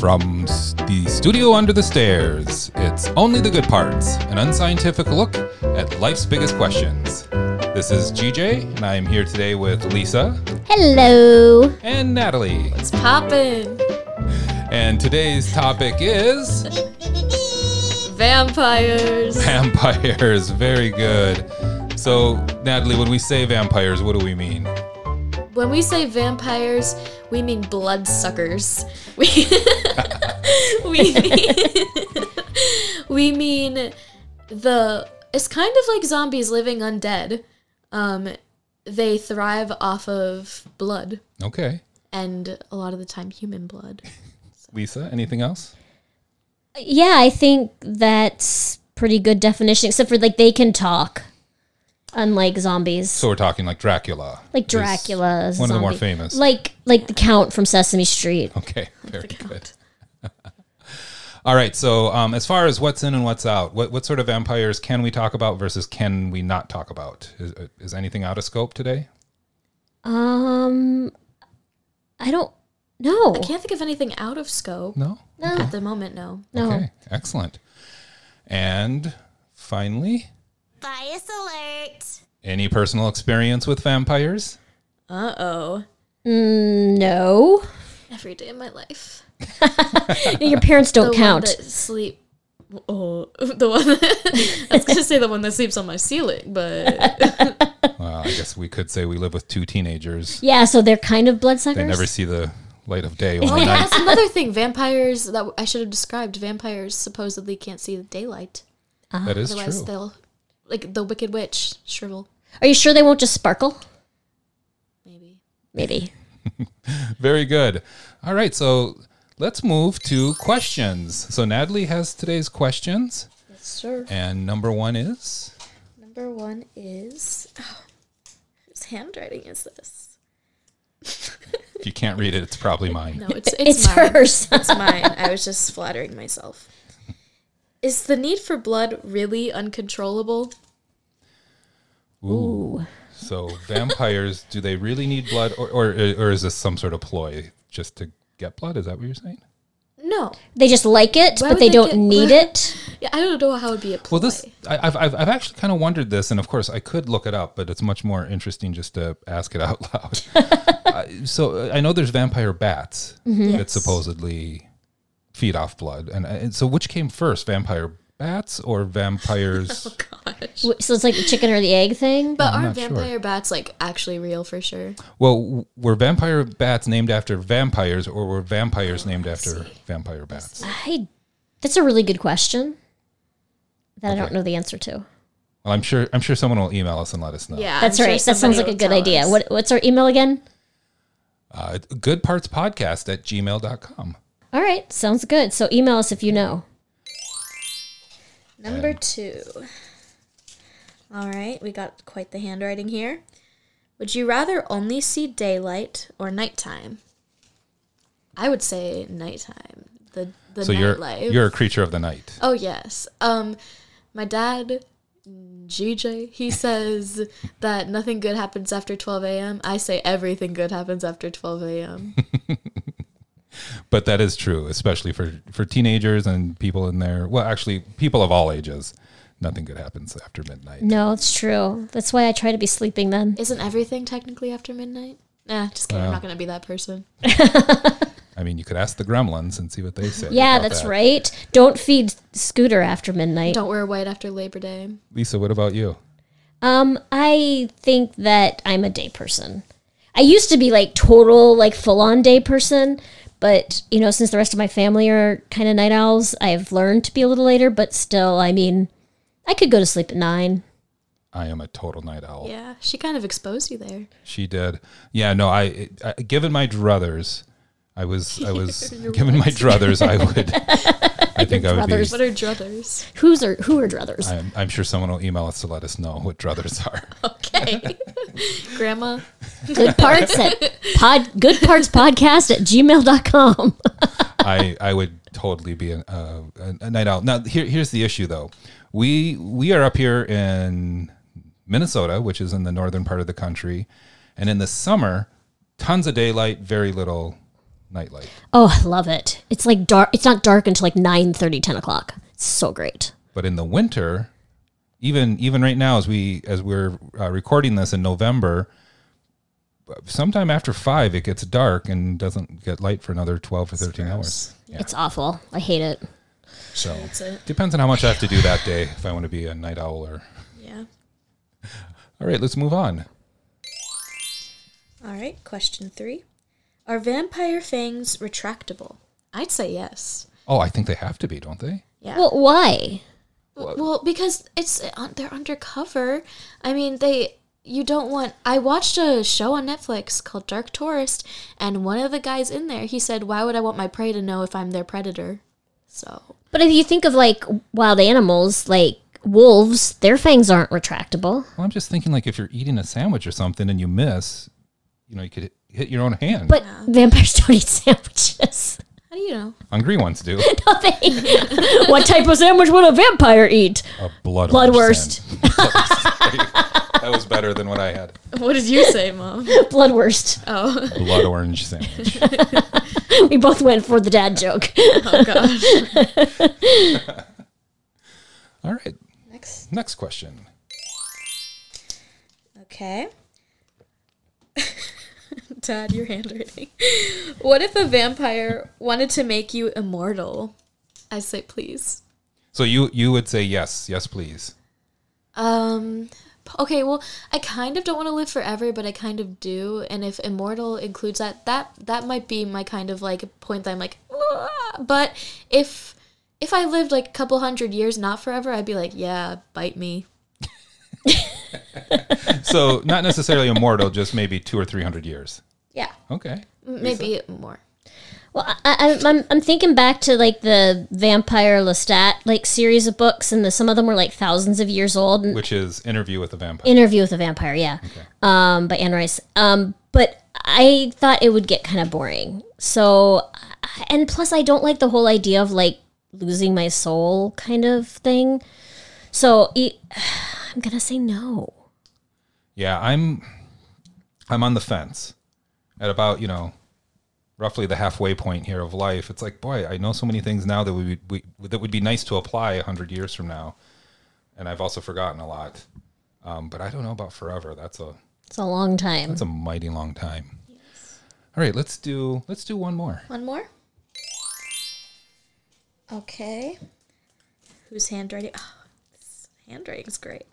From s- the studio under the stairs, it's Only the Good Parts, an unscientific look at life's biggest questions. This is GJ, and I am here today with Lisa Hello. and Natalie. It's poppin'. And today's topic is Vampires. vampires. Very good. So, Natalie, when we say vampires, what do we mean? When we say vampires, we mean bloodsuckers. We we mean, we mean the it's kind of like zombies living undead. Um, they thrive off of blood Okay. and a lot of the time human blood. Lisa, anything else? Yeah, I think that's pretty good definition, except for like they can talk, unlike zombies, So, we're talking like Dracula. like is Dracula. is a One of the more zombie. famous. Like like the Count from Sesame Street. Okay, very good. All right, so um, as far as what's in and what's out, what, what sort of vampires can we talk about versus can we not talk about? Is, uh, is anything out of scope today? Um, I don't know. I can't think of anything out of scope No? at the moment. No. No. Okay, excellent. And finally, Bias alert! any personal experience with vampires? Uh oh. Mm, no, Every day of my life. your parents don't the count. One that sleep. Oh, the one. I was gonna say the one that sleeps on my ceiling, but Well, I guess we could say we live with two teenagers. yeah, so they're kind of bloodsuckers. They never see the light of day, only yeah, night. that's another thing. Vampires that w- I should have described. Vampires supposedly can't see the daylight. That is Otherwise, true. they'll like the Wicked Witch shrivel. Are you sure they won't just sparkle? Maybe Maybe. Very good. All right, so let's move to questions. So Natalie has today's questions. sure. And number one is Number one is oh, whose handwriting is this? if you can't read it, it's probably mine. No, it's it's, It's, mine. hers. It's mine. I was just flattering myself. Is the need for blood really uncontrollable? Ooh. So vampires, do they really need blood, or, or or is this some sort of ploy just to get blood? Is that what you're saying? No. they just like it, but Why would they they don't get- need it. Yeah, I don't know how it'd be a play. Well, this I, I've I've I've actually kind of wondered this, and of course I could look it up, but it's much more interesting just to ask it out loud. I, so uh, I know there's vampire bats Mhm. that supposedly feed off blood, and, uh, and so which came first, vampire bats or vampires? gosh. W- So it's like the chicken or the egg thing. But aren't not sure. vampire bats like actually real for sure? Well, w- were vampire bats named after vampires, or were vampires named after vampire bats? I, that's a really good question that I don't Okay. know the answer to. Well, I'm sure I'm sure someone will email us and let us know. Yeah, That's right. that sounds like a good idea. What, what's our email again? Uh, goodpartspodcast at gmail.com. All right, sounds good. So email us if you know. Number two. All right, we got quite the handwriting here. Would you rather only see daylight or nighttime? I would say nighttime. The the So you're nightlife. you're a creature of the night. Oh yes. Um, my dad, GJ, he says that nothing good happens after 12 a.m. I say everything good happens after 12 a.m. But that is true, especially for for teenagers and people in their well, actually people of all ages. Nothing good happens after midnight. No, it's true. That's why I try to be sleeping then. Isn't everything technically after midnight? Nah, just kidding. I'm not gonna be that person. I mean, you could ask the gremlins and see what they say. Yeah, about that's that. right. Don't feed Scooter after midnight. Don't wear white after Labor Day. Lisa, what about you? Um, I think that I'm a day person. I used to be like total, like full on day person, but you know, since the rest of my family are kind of night owls, I've learned to be a little later. But still, I mean, I could go to sleep at nine. I am a total night owl. Yeah, she kind of exposed you there. She did. Yeah, no, I, I given my druthers, I was I was given my druthers, I would I think I would druthers. be What are druthers? Who's are who are druthers? I'm, I'm sure someone will email us to let us know what druthers are. Okay, Grandma. Good parts at pod good parts podcast at gmail.com. I I would totally be an, uh, a, a night owl. Now here here's the issue though. We we are up here in Minnesota, which is in the northern part of the country, and in the summer, tons of daylight, very little nightlight. Oh, I love it. It's like dark. It's not dark until like 9 10 o'clock. It's so great. But in the winter, even even right now as we as we're uh, recording this in November, sometime after five it gets dark and doesn't get light for another twelve or thirteen hours. Yeah, It's awful. I hate it. so it. depends on how much I have to do that day if I want to be a night owl or. Yeah. All right, let's move on. All right, question three. Are vampire fangs retractable? I'd say yes. Oh, I think they have to be, don't they? Yeah. Well, why? Well, because it's uh, they're undercover. I mean, they you don't want. I watched a show on Netflix called Dark Tourist, and one of the guys in there, he said, "Why would I want my prey to know if I'm their predator?" So But if you think of like wild animals, like wolves, their fangs aren't retractable. Well, I'm just thinking like if you're eating a sandwich or something and you miss, you know, you could hit- hit your own hand. But vampires don't eat sandwiches. how do you know? Hungry ones do. No, they- what type of sandwich would a vampire eat? A blood Bloodwurst. that was better than what I had. What did you say, mom? Bloodwurst. Oh, Blood orange sandwich. We both went for the dad joke. oh gosh. All right. Next. Next question. Okay. Dad, your handwriting. What if a vampire wanted to make you immortal? I say please. So you you would say yes, yes please. Um okay, well, I kind of don't want to live forever, but I kind of do, and if immortal includes that, that that might be my kind of like point that I'm like, "Ah," but if if I lived like a couple hundred years not forever, I'd be like, yeah, bite me. So not necessarily immortal, just maybe two or three hundred years. Yeah, Mm. Okay. maybe more. Well, I, I, I'm I'm thinking back to like the Vampire Lestat like series of books, and the, some of them were like thousands of years old. And Which is interview with a vampire. Interview with a Vampire, yeah, um, by Anne Rice. Um, but I thought it would get kind of boring. So, I- and plus, I don't like the whole idea of like losing my soul kind of thing. So, e- I'm gonna say no. yeah, I'm I'm on the fence. At about, you know, roughly the halfway point here of life. It's like, boy, I know so many things now that we, we that would be nice to apply hundred years from now. And I've also forgotten a lot. Um, but I don't know about forever. That's a It's a long time. That's a mighty long time. All right, let's do let's do one more. One more. Okay. Whose handwriting? Oh, this handwriting's great.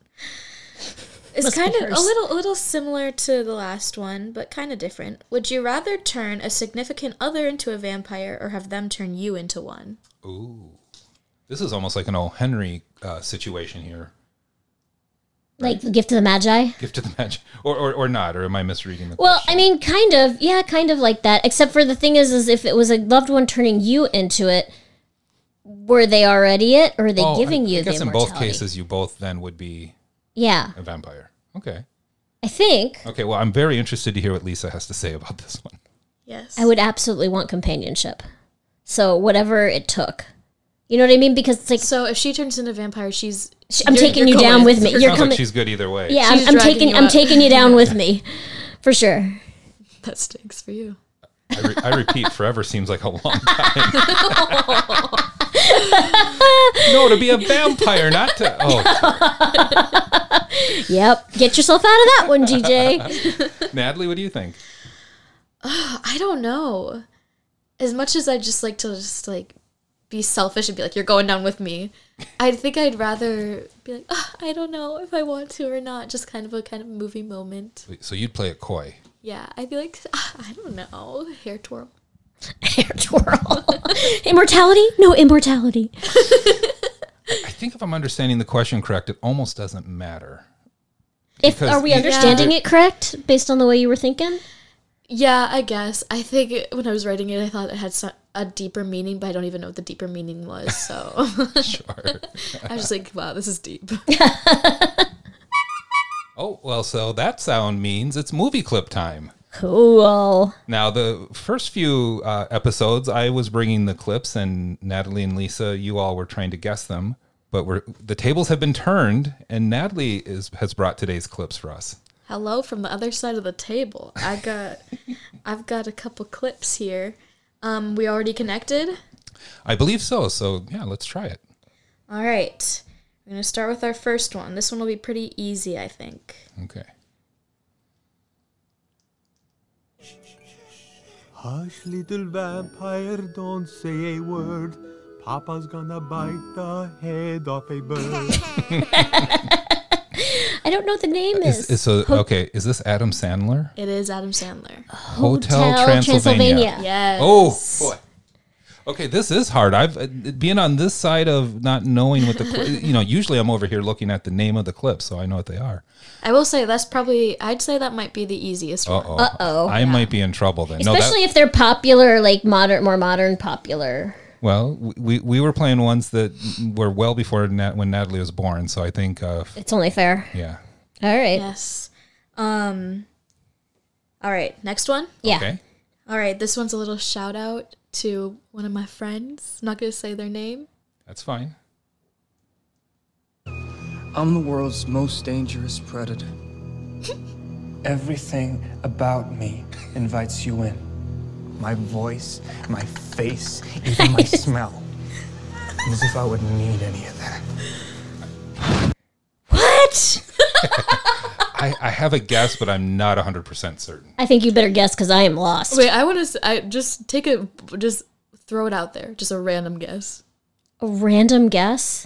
It's Must be kind of a hers. little a little similar to the last one, but kind of different. Would you rather turn a significant other into a vampire or have them turn you into one? Ooh, this is almost like an old Henry uh, situation here. like the Gift of the Magi. Gift of the magic, or, or or not, or am I misreading the? Well, I question? mean, kind of, yeah, kind of like that. Except for the thing is, is if it was a loved one turning you into it, were they already it, or are they Oh, I- giving you I guess the in both immortality? cases, you both then would be Yeah, a vampire. Okay, I think okay. Well, I'm very interested to hear what Lisa has to say about this one. Yes. I would absolutely want companionship. So whatever it took, you know what I mean? Because it's like So if she turns into a vampire, she's sh- I'm you're- taking you're you down going. with me. You're Sounds coming. like she's good either way. yeah, I'm, she's I'm dragging taking. you I'm up. taking you down with me, for sure. that stinks for you. I, re- I repeat, forever seems like a long time. no, to be a vampire, not to. Oh, Yep. Get yourself out of that one, DJ. Natalie, what do you think? I don't know. As much as I just like to just like be selfish and be like, you're going down with me, I think I'd rather be like, "Ugh, I don't know if I want to or not. Just kind of a kind of movie moment. So you'd play it coy. Yeah, I'd be like, "Ah, I don't know, hair twirl. Hair twirl. immortality? No immortality. I think if I'm understanding the question correct, it almost doesn't matter. If Because are we you- understanding it correct based on the way you were thinking? Yeah, I guess. I think it- when I was writing it, I thought it had so- a deeper meaning, but I don't even know what the deeper meaning was. So Sure. I was just like, wow, this is deep. oh, well, so that sound means it's movie clip time. Cool. Now, the first few uh, episodes, I was bringing the clips, and Natalie and Lisa, you all were trying to guess them. But we're, the tables have been turned, and Natalie is, has brought today's clips for us. Hello from the other side of the table. I got I've got a couple clips here. Um, we already connected. I believe so. So yeah, let's try it. All right. We're going to start with our first one. This one will be pretty easy, I think. Okay. Hush, little vampire, don't say a word. Papa's gonna bite the head off a bird. I don't know what the name is. Is, is so okay? Is this Adam Sandler? It is Adam Sandler. Hotel, Hotel Transylvania. Yes. Oh boy. Okay, this is hard. I've uh, being on this side of not knowing what the cl- you know. Usually, I'm over here looking at the name of the clips, so I know what they are. I will say that's probably, I'd say that might be the easiest Uh one. oh. Uh-oh. I might be in trouble then. no, Especially that, if they're popular, like modern, more modern, popular. well, we we were playing ones that were well before Nat, when Natalie was born, so I think. Uh, It's only fair. yeah. All right. Yes. Um, all right. Next one. Yeah. Okay. All right. This one's a little shout out to one of my friends. I'm not going to say their name. That's fine. I'm the world's most dangerous predator. Everything about me invites you in. My voice, my face, even my smell. As if I would need any of that. What? I, I have a guess, but I'm not 100 percent certain. I think you better guess because I am lost. Wait, I want to I just take a, just throw it out there. Just a random guess. A random guess?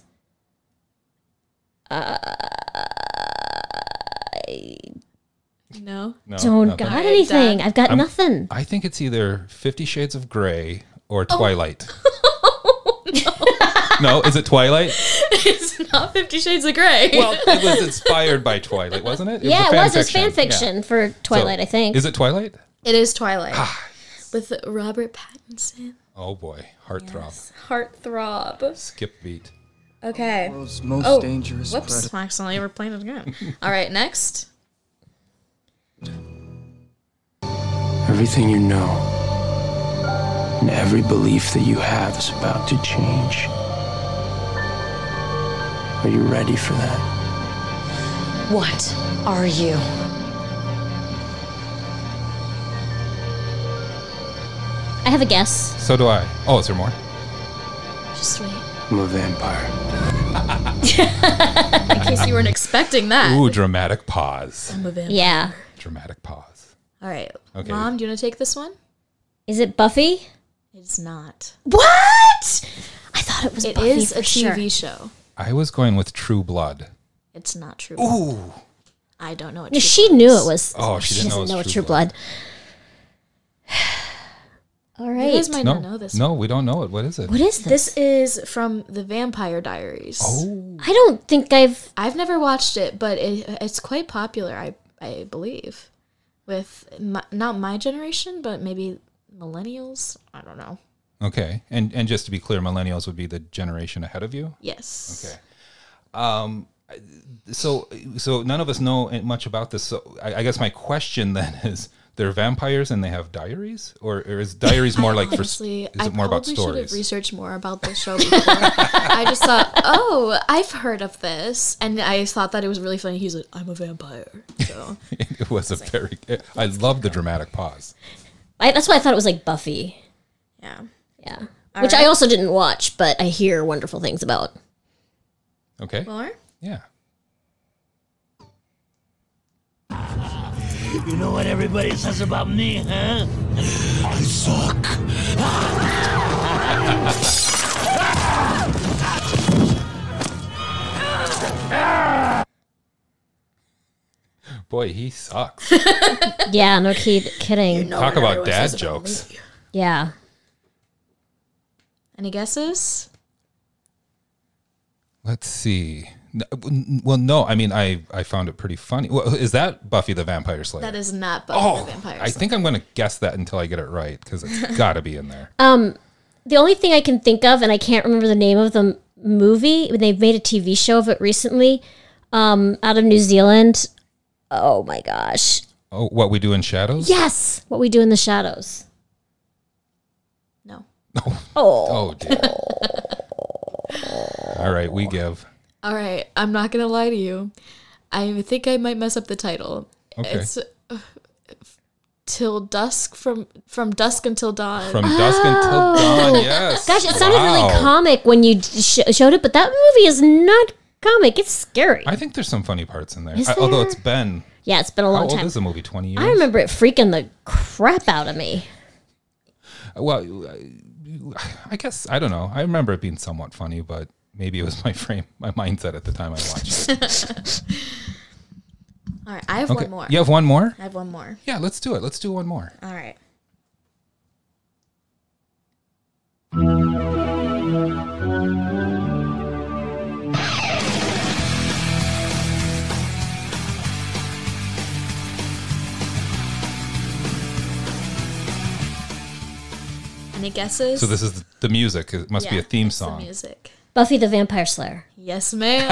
No? No, Don't nothing. got Alright, anything. Doc. I've got nothing. I think it's either Fifty Shades of Grey or Oh. Twilight. no. is it Twilight? it's not Fifty Shades of Grey. Well, it was inspired by Twilight, wasn't it? yeah, a it was. It was fan Yeah. fiction for Twilight, So, I think. Is it Twilight? it is Twilight. Ah. with Robert Pattinson. Oh boy, heartthrob. Heartthrob. Skip beat. Okay. World's most Oh, dangerous Whoops. I accidentally ever played it again. All right, next. predator. Everything you know and every belief that you have is about to change. Are you ready for that? What are you? I have a guess. So do I. Oh, is there more? Just wait. I'm a vampire. In case you weren't expecting that. Ooh, dramatic pause. I'm a vamp. Yeah. Dramatic pause. All right. Okay. Mom, do you want to take this one? Is it Buffy? It's not. What? I thought it was It Buffy is for a sure. TV show. I was going with True Blood. It's not true. Ooh. I don't know what No, True she Blood knew is. it was. Oh, she didn't know it was doesn't True True Blood. All You right. guys might No, not know this. no, we don't know it. What is it? what is this? This is from The Vampire Diaries. Oh, I don't think I've. I've never watched it, but it, it's quite popular, I I believe, with my, not my generation, but maybe millennials. I don't know. okay. And and just to be clear, millennials would be the generation ahead of you. Yes. Okay. So so none of us know much about this. So I, I guess my question then is: They're vampires and they have diaries, or, or is diaries more like for? s- Honestly, Is I it more about probably should have stories? researched more about this show before. I just thought, oh, I've heard of this, and I thought that it was really funny. He's like, I'm a vampire. So it was a very. I love the dramatic pause. I, that's why I thought it was like Buffy. yeah. Yeah. Which I right. also didn't watch, but I hear wonderful things about. Okay. More? Yeah. You know what everybody says about me, huh? I suck. Boy, he sucks. Yeah, no kid, kidding. Talk about dad jokes. Yeah. Any guesses? Let's see. N- n- Well, no, I mean, I I found it pretty funny. Well, is that Buffy the Vampire Slayer? That is not Buffy Oh, the Vampire. I Slayer. think I'm going to guess that until I get it right because it's got to be in there. The only thing I can think of, and I can't remember the name of the m- movie, they've made a TV show of it recently um, out of New Zealand. Oh my gosh. Oh, what we do in shadows? Yes. What We Do in the Shadows. no. Oh, dear. All right, we give. All right, I'm not gonna lie to you. I think I might mess up the title. Okay. It's till dusk from from dusk until dawn. From dusk oh. until dawn. Yes. Gosh, it sounded really Wow. comic when you sh- showed it, but that movie is not comic. It's scary. I think there's some funny parts in there. Is I- although there? it's been yeah, it's been a how long old time. is the movie? Twenty years. I remember it freaking the crap out of me. Well, I- I guess I don't know. I remember it being somewhat funny, but maybe it was my frame, my mindset at the time I watched. it. All right, I have one more. You have one more? I have one more. Yeah, let's do it. Let's do one more. All right. Any guesses? So this is the music. It must be Yeah, a theme it's the song. music. Buffy the Vampire Slayer. Yes, ma'am.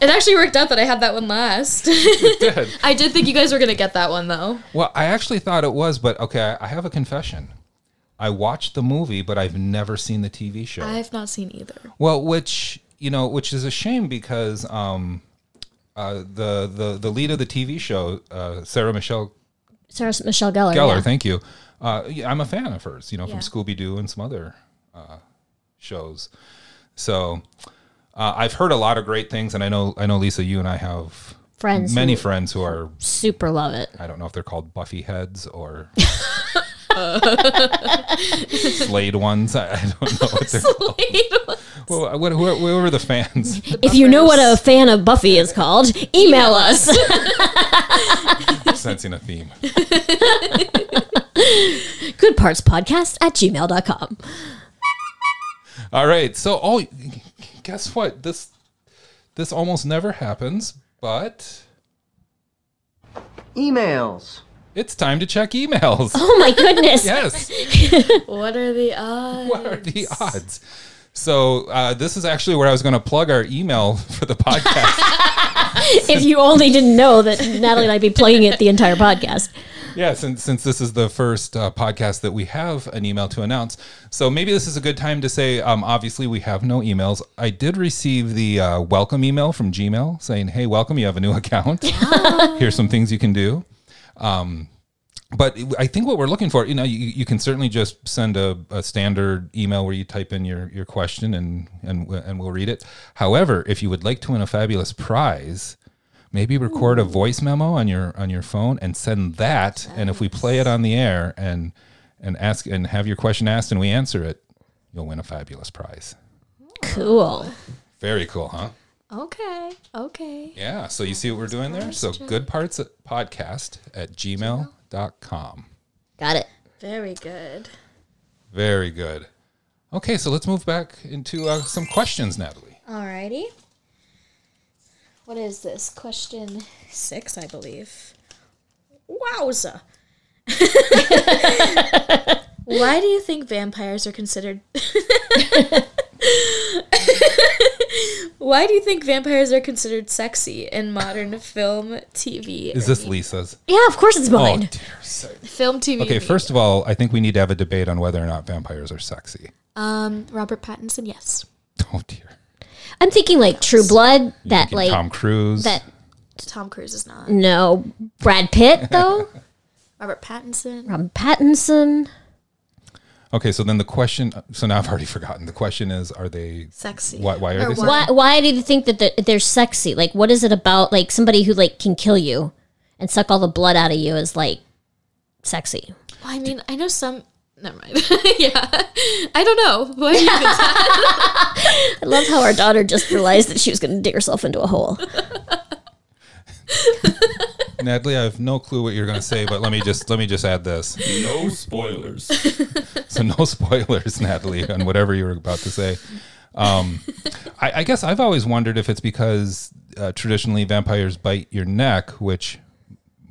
it actually worked out that I had that one last. I did think you guys were gonna get that one though. Well, I actually thought it was, but okay, I I have a confession. I watched the movie, but I've never seen the TV show. I've not seen either. Well, which you know, which is a shame because um, uh, the the the lead of the TV show, uh, Sarah Michelle Sarah S- Michelle Gellar. Geller, yeah. thank you. Uh, yeah, I'm a fan of hers, you know, from Yeah. Scooby Doo and some other uh, shows. So uh, I've heard a lot of great things, and I know I know Lisa, you and I have Friends. many Many. friends who are Super love it. I don't know if they're called Buffy heads or Slade ones. I, I don't know what they're called. Well, what, who, who are the fans? If you know what a fan of Buffy is called, email us. sensing a theme. Goodpartspodcast at gmail.com. All right. So, oh, guess what? This this almost never happens, but Emails. it's time to check emails. Oh my goodness. Yes. What are the odds? What are the odds? So, uh, this is actually where I was going to plug our email for the podcast. If you only didn't know that Natalie and I'd be playing it the entire podcast. yeah, since, since this is the first uh, podcast that we have an email to announce. So, maybe this is a good time to say um, obviously, we have no emails. I did receive the uh, welcome email from Gmail saying, hey, welcome, you have a new account. Here's some things you can do. Um, but it- I think what we're looking for, you know, you, you can certainly just send a, a standard email where you type in your, your question and, and we- and we'll read it. However, if you would like to win a fabulous prize, maybe record a voice memo on your on your phone and send that. And if we play it on the air and and ask and have your question asked and we answer it, you'll win a fabulous prize. Cool. Very cool, huh? Okay. Okay. Yeah. So you see what we're doing there? So good parts podcast at gmail.com. Got it. Very good. Very good. Okay, so let's move back into uh, some questions, Natalie. Alrighty. What is this? Question six, I believe. Wowza. Why do you think vampires are considered. Why do you think vampires are considered sexy in modern film, TV, Is this Lisa's? Yeah, of course it's Oh, mine. dear. sake. film, TV? Okay, media. first of all, I think we need to have a debate on whether or not vampires are sexy. um, Robert Pattinson. Yes, Oh, dear. I'm thinking like True Blood, You that thinking like Tom Cruise. that Tom Cruise is not. no Brad Pitt though, Robert Pattinson. Robin Pattinson. Okay, so then the question, so now I've already forgotten. The question is, are they, Sexy. why, why are Or they sexy? Why why do you think that the- they're sexy? Like what is it about like somebody who like can kill you and suck all the blood out of you is like sexy. Well, I mean, I know some. Never mind. yeah, I don't know. What do you think? I love how our daughter just realized that she was going to dig herself into a hole. Natalie, I have no clue what you're going to say, but let me just, let me just add this. No spoilers. so no spoilers, Natalie, on whatever you were about to say. Um, I, I guess I've always wondered if it's because uh, traditionally vampires bite your neck, which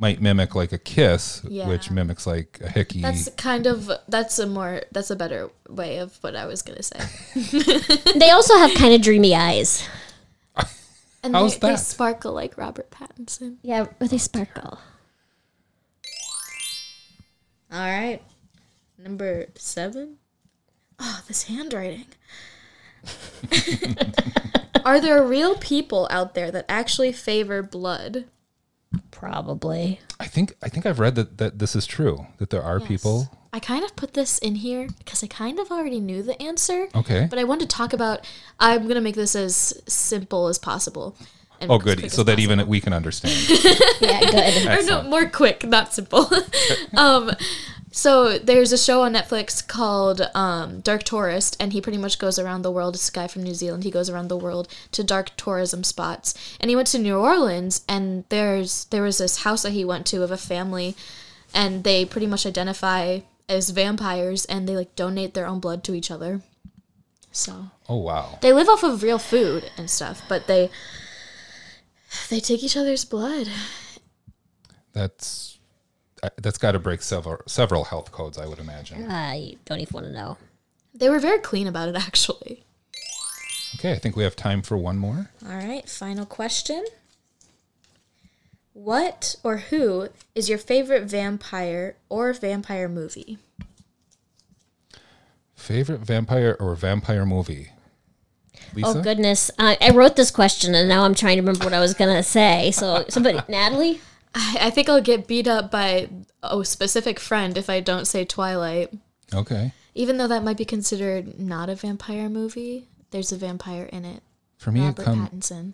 might mimic like a kiss, Yeah. which mimics like a hickey. That's kind of that's a more that's a better way of what I was gonna say. they also have kind of dreamy eyes. And How's they, they that? sparkle like Robert Pattinson. Yeah, or they sparkle. All right, number seven. Oh, this handwriting. Are there real people out there that actually favor blood? Probably. I think I think I've read that, that this is true that there are people. I kind of put this in here because I kind of already knew the answer. Okay. But I wanted to talk about. I'm gonna make this as simple as possible. and oh, as quick good. as So that possible. even we can understand. Yeah, good. or no, more quick, not simple. um, so there's a show on Netflix called um, Dark Tourist, and he pretty much goes around the world. It's a guy from New Zealand. He goes around the world to dark tourism spots, and he went to New Orleans, and there's there was this house that he went to of a family, and they pretty much identify as vampires, and they like donate their own blood to each other. So Oh wow. they live off of real food and stuff, but they they take each other's blood. That's I- that's got to break several several health codes, I would imagine. I don't even want to know. They were very clean about it, actually. Okay, I think we have time for one more. All right, final question. What or who is your favorite vampire or vampire movie? Favorite vampire or vampire movie? Lisa. Oh goodness, I, I wrote this question and now I'm trying to remember what I was gonna say. So somebody, Natalie. I, I think I'll get beat up by a specific friend if I don't say Twilight. Okay. Even though that might be considered not a vampire movie, there's a vampire in it. For me, Robert it comes Pattinson.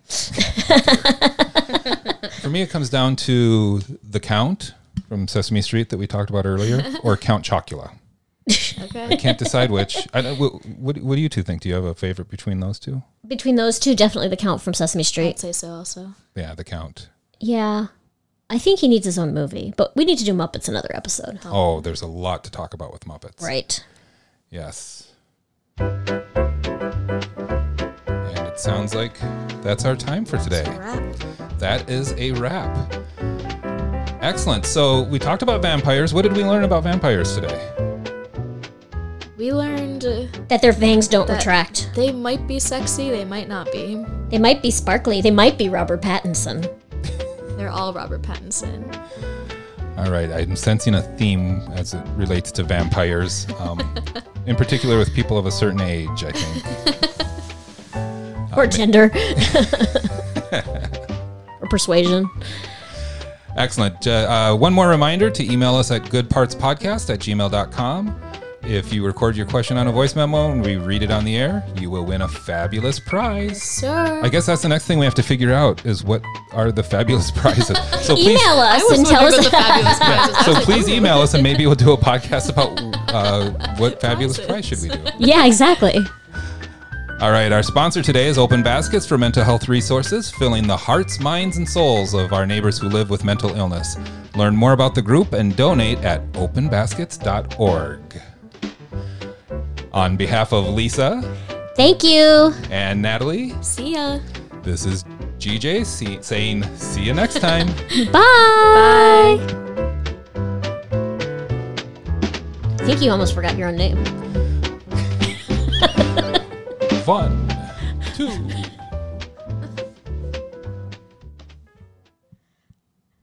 for me it comes down to the Count from Sesame Street that we talked about earlier, or Count Chocula. Okay. Can't decide which. I, don't- what, what, what do you two think? Do you have a favorite between those two? Between those two, definitely the Count from Sesame I'd Street. say so also. Yeah, the Count. Yeah, I think he needs his own movie, but we need to do Muppets another episode, Oh, there's a lot to talk about with Muppets. right? Yes. And it sounds like that's our time for today. That is a wrap. Excellent. So we talked about vampires. What did we learn about vampires today? We learned uh, That their fangs don't That- retract. they might be sexy, they might not be. They might be sparkly. They might be Robert Pattinson. They're all Robert Pattinson. All right, I'm sensing a theme as it relates to vampires, um, in particular with people of a certain age, I think. or gender or persuasion Excellent. Uh, uh, one more reminder to email us at goodpartspodcast at gmail.com. If you record your question on a voice memo and we read it on the air, you will win a fabulous prize. Sir. I guess that's the next thing we have to figure out is what are the fabulous prizes. So please, email I us was and tell wondering us what the fabulous prizes. I was so like, please email us and maybe we'll do a podcast about uh, what fabulous prize should we do. yeah exactly All right, our sponsor today is Open Baskets for mental health resources, filling the hearts, minds, and souls of our neighbors who live with mental illness. Learn more about the group and donate at openbaskets.org. On behalf of Lisa thank you and Natalie, See ya. this is GJ C- saying see you next time. bye i think you almost forgot your own name One, two.